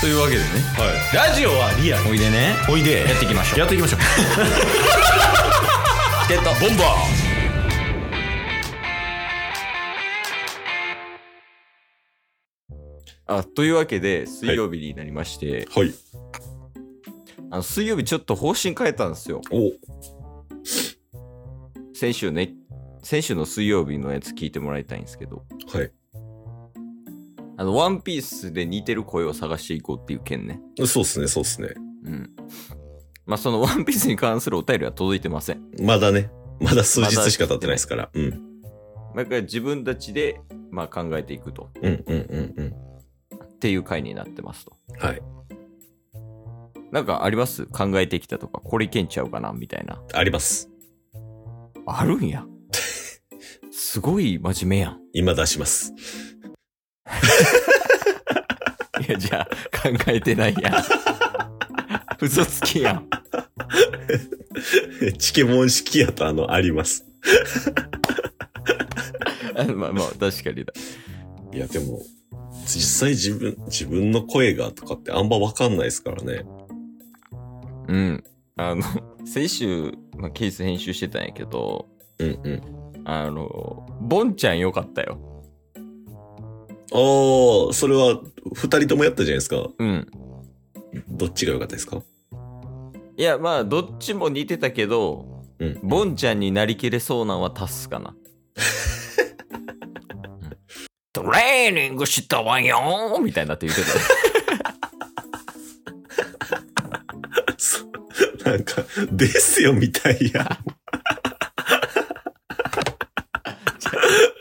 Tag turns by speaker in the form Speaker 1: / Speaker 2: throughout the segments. Speaker 1: というわけでね
Speaker 2: ラジオはリアル
Speaker 1: おいでね
Speaker 2: おいで
Speaker 1: やっていきましょう
Speaker 2: やっていきましょう
Speaker 1: チケットボンバーあというわけで水曜日になりまして、
Speaker 2: はい
Speaker 1: あの水曜日ちょっと方針変えたんですよ
Speaker 2: お
Speaker 1: 先週ね先週の水曜日のやつ聞いてもらいたいんですけど
Speaker 2: は
Speaker 1: あのワンピースで似てる声を探していこうっていう件ね
Speaker 2: いそうっすねそうっすね
Speaker 1: うんまあそのワンピースに関するお便りは届いてません
Speaker 2: まだねまだ数日しか経ってないですから、うん、
Speaker 1: だから自分たちでまあ考えていくと
Speaker 2: うんうんうん
Speaker 1: っていう回になってますと
Speaker 2: うんはい
Speaker 1: なんかあります考えてきたとかこれいけんちゃうかなみたいな
Speaker 2: あります
Speaker 1: あるんや すごい真面目やん
Speaker 2: 今出します
Speaker 1: いやじゃあ考えてないやん 嘘つきやん
Speaker 2: チケモン式やとあのあります
Speaker 1: あまあまあ確かにだ
Speaker 2: いやでも実際自分自分の声がとかってあんま分かんないですからね
Speaker 1: うんあの先週、まあ、ケース編集してたんやけど
Speaker 2: うんうん
Speaker 1: あのボンちゃんよかったよ
Speaker 2: ああそれは二人ともやったじゃないですか
Speaker 1: うん
Speaker 2: どっちが良かったですか
Speaker 1: いやまあどっちも似てたけど
Speaker 2: うん
Speaker 1: ボンちゃんになりきれそうなんはタスかな。うん トレーニングしたわよーみたいになって言ってた。
Speaker 2: そなんかですよみたいや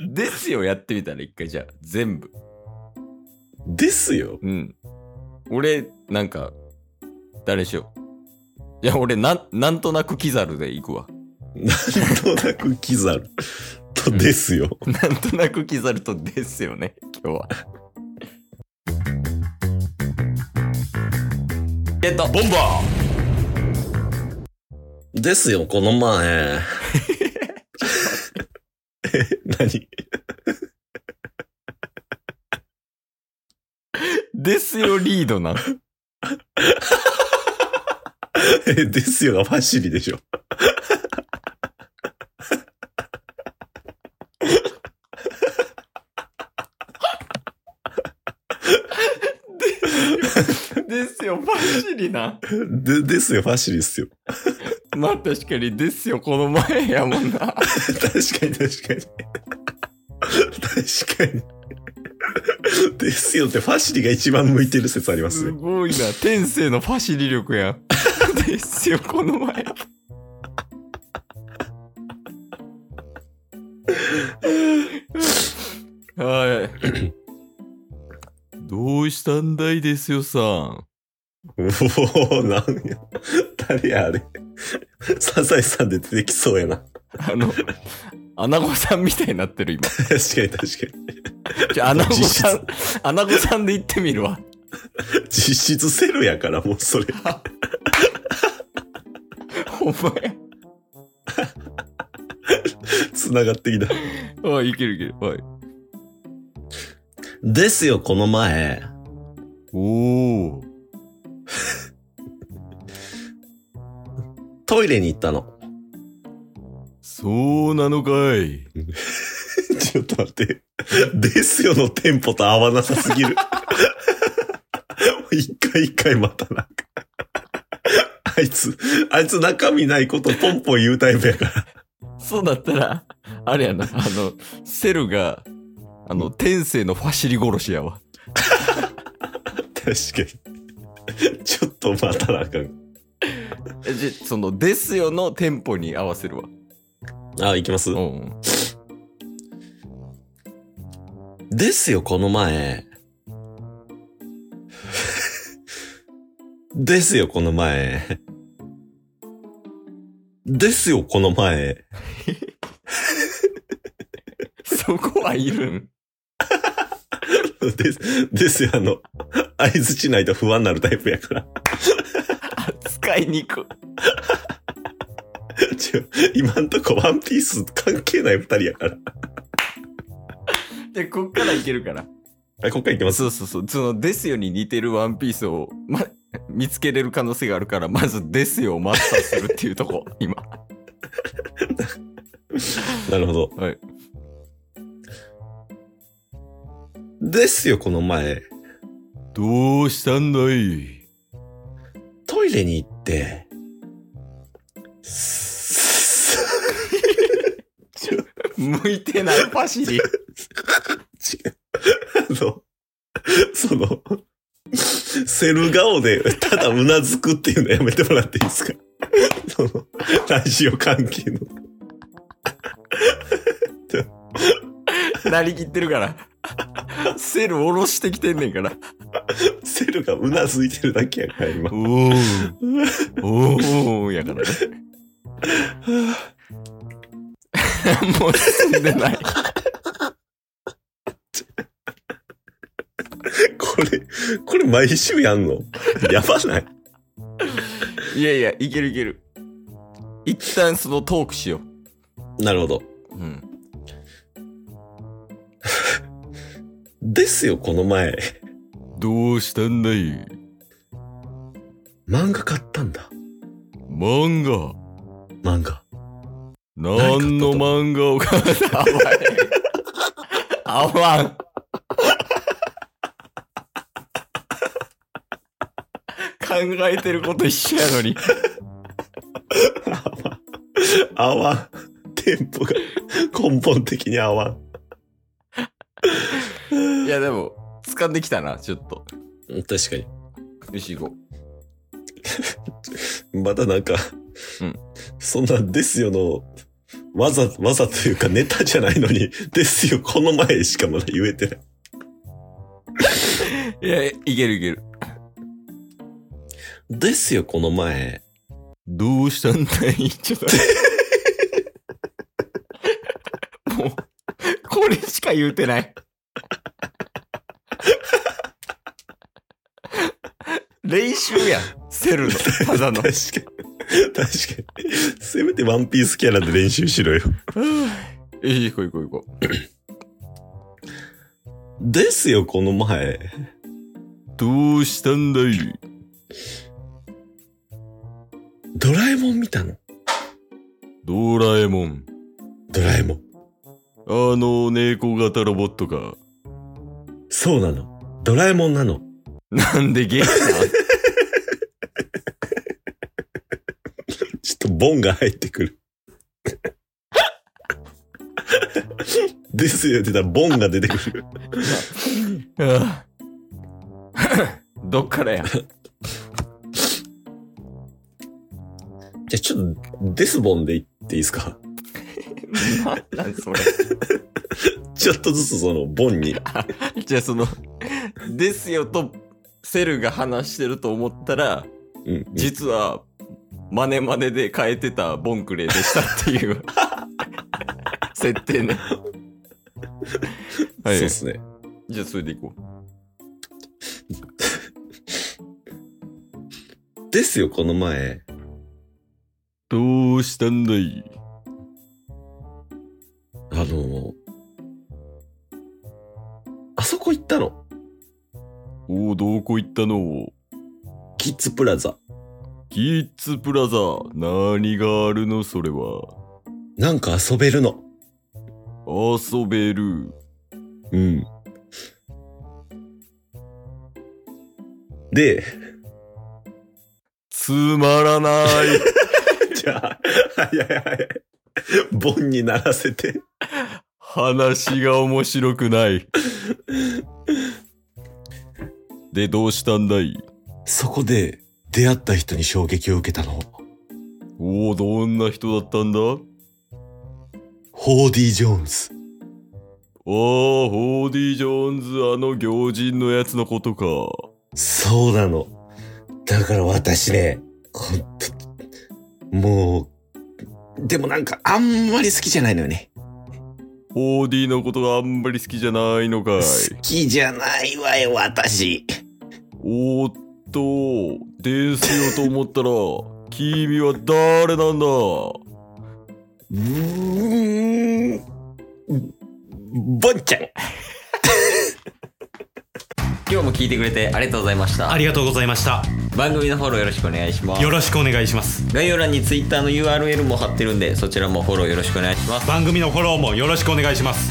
Speaker 1: ですよ、やってみたら一回じゃあ、全部。
Speaker 2: ですよ
Speaker 1: うん。俺、なんか、誰しよう。いや、俺、なん、なんとなくキザルで行くわ。
Speaker 2: なんとなくキザルとですよ、
Speaker 1: なんとなくキザルとですよね、今日は。えっと、ボンバー
Speaker 2: ですよこの前え何
Speaker 1: ですよ、リードなん。
Speaker 2: えですよがファシリでしょ
Speaker 1: ですよ、ファシリな。
Speaker 2: でですよファシリっすよ
Speaker 1: まあ確かにですよ、この前やもんな。
Speaker 2: 確かに確かに確かにですよってファシリが一番向いてる説あります
Speaker 1: す
Speaker 2: ね
Speaker 1: ごいな。天性のファシリ力やん。ですよ、この前。はい。どうしたんだいですよさん。
Speaker 2: おおなんや誰やあれサザエさんで出てきそうやな
Speaker 1: あの、アナゴさんみたいになってる今。
Speaker 2: 確かに確かに
Speaker 1: じゃあ、アナゴさ
Speaker 2: 実
Speaker 1: ん、アナゴさんで行ってみるわ。
Speaker 2: 実質セルやからもうそれ
Speaker 1: お前。
Speaker 2: 繋がってきた
Speaker 1: おい、いけるいける。おい。
Speaker 2: ですよこの前
Speaker 1: おお。
Speaker 2: トイレに行ったの
Speaker 1: そうなのかい。
Speaker 2: ちょっと待ってですよのテンポと合わなさすぎるもう一回一回またなんかあいつあいつ中身ないことポンポン言うタイプやから
Speaker 1: そうだったら、あれやな、あの、セルが、あの、天性のファシリ殺しやわ。
Speaker 2: 確かにちょっとまたなんか
Speaker 1: えじゃ、その、ですよのテンポに合わせるわ。
Speaker 2: あ行きます
Speaker 1: ん。
Speaker 2: ですよ、この前。ですよ、この前。ですよ、この前。
Speaker 1: そこはいるん。
Speaker 2: です、ですよ、あの、合図しないと不安になるタイプやから。
Speaker 1: 使いにく。
Speaker 2: ちょ今んとこワンピース関係ない二人やから。
Speaker 1: で、こっからいけるから。
Speaker 2: あ、こっから行きます。
Speaker 1: そうそうそう。その、ですよに似てるワンピースを、ま、見つけれる可能性があるから、まずですよをマスターするっていうと こ、今。
Speaker 2: なるほど。
Speaker 1: はい。
Speaker 2: ですよ、この前。
Speaker 1: どうしたんだい
Speaker 2: トイレに行って、 すちょ
Speaker 1: 向いてない、パシリ。
Speaker 2: 違う。あの、その、セル顔で、ただうなずくっていうのやめてもらっていいですか その、ラジオ関係の。
Speaker 1: なりきってるから。セル下ろしてきてんねんから。
Speaker 2: セルがうなずいてるだけやから、今。は
Speaker 1: おーおーやからね。
Speaker 2: あ
Speaker 1: もう進んでない。
Speaker 2: これ、これ毎週やんのやばない
Speaker 1: いやいや、いけるいける。一旦そのトークしよ
Speaker 2: なるほど。
Speaker 1: う。うん。
Speaker 2: ですよ、この前。
Speaker 1: どうしたんだい
Speaker 2: 漫画買ったんだ。
Speaker 1: 漫画。
Speaker 2: 漫画。
Speaker 1: 何の漫画を 買ったあわん。あわん。考えてること一緒やのに。
Speaker 2: 合わん。テンポが根本的に合わん。
Speaker 1: いやでも、掴んできたな、ちょっと。
Speaker 2: 確かに。
Speaker 1: よし行こ
Speaker 2: まだなんか、
Speaker 1: うん
Speaker 2: そんなですよの、わざ、わざというかネタじゃないのに、ですよ、この前しかまだ言えてない。
Speaker 1: う。いや、いけるいける。
Speaker 2: ですよ、この前。
Speaker 1: どうしたんだいちょっと。もう、これしか言うてない。練習やん。セルの、ただの
Speaker 2: 確か。に。確かに。せめてワンピースキャラで練習しろよ。
Speaker 1: いい、行こう行こう行こう。
Speaker 2: ですよ、この前。
Speaker 1: どうしたんだい
Speaker 2: ドラえもん見たの
Speaker 1: ドラえもん。
Speaker 2: ドラえもん。
Speaker 1: あの猫型ロボットか。
Speaker 2: そうなの。ドラえもんなの。
Speaker 1: なんでゲー ム
Speaker 2: ちょっとボンが入ってくる。 ですよって言ったらボンが出てくる。
Speaker 1: なんああどっからや
Speaker 2: じゃあちょっと、デスボンで言っていいですか
Speaker 1: なんなんそれ。
Speaker 2: ちょっとずつその、ボンに。
Speaker 1: じゃあその、ですよとセルが話してると思ったら、
Speaker 2: うん。
Speaker 1: 実は、マネマネで変えてたボンクレーでしたっていう 設定ね。はい
Speaker 2: そうっ。すね。
Speaker 1: じゃあそれでいこう。
Speaker 2: ですよ、この前。
Speaker 1: どうしたんだい
Speaker 2: あの、あそこ行ったの。
Speaker 1: おお、どこ行ったの
Speaker 2: キッズプラザ。
Speaker 1: キッズプラザ、何があるのそれは。
Speaker 2: なんか遊べるの。
Speaker 1: 遊べる。
Speaker 2: うん。で、
Speaker 1: つまらない。
Speaker 2: じゃあ、はいはいはい。ボンにならせて。
Speaker 1: 話が面白くない。で、どうしたんだい
Speaker 2: そこで、出会った人に衝撃を受けたの。
Speaker 1: おお、どんな人だったんだああ、
Speaker 2: ホーディ・ジョーンズ。
Speaker 1: ホーディ・ジョーンズ、あの行人のやつのことか。
Speaker 2: そうなの。だから私ね、ほんと、もう、でもなんかあんまり好きじゃないのよね。
Speaker 1: ホーディのことがあんまり好きじゃないのかい。
Speaker 2: 好きじゃないわよ、私。
Speaker 1: おーっと、ですよと思ったら、君は誰なんだ
Speaker 2: うーん。ぼんちゃん。
Speaker 3: 今日も聞いてくれてありがとうございました
Speaker 4: ありがとうございました
Speaker 3: 番組のフォローよろしくお願いします
Speaker 4: よろしくお願いします
Speaker 3: 概要欄に Twitter の URL も貼ってるんでそちらもフォローよろしくお願いします
Speaker 4: 番組のフォローもよろしくお願いします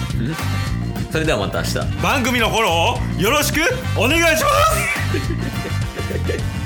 Speaker 3: それではまた明日
Speaker 4: 番組のフォローをよろしくお願いします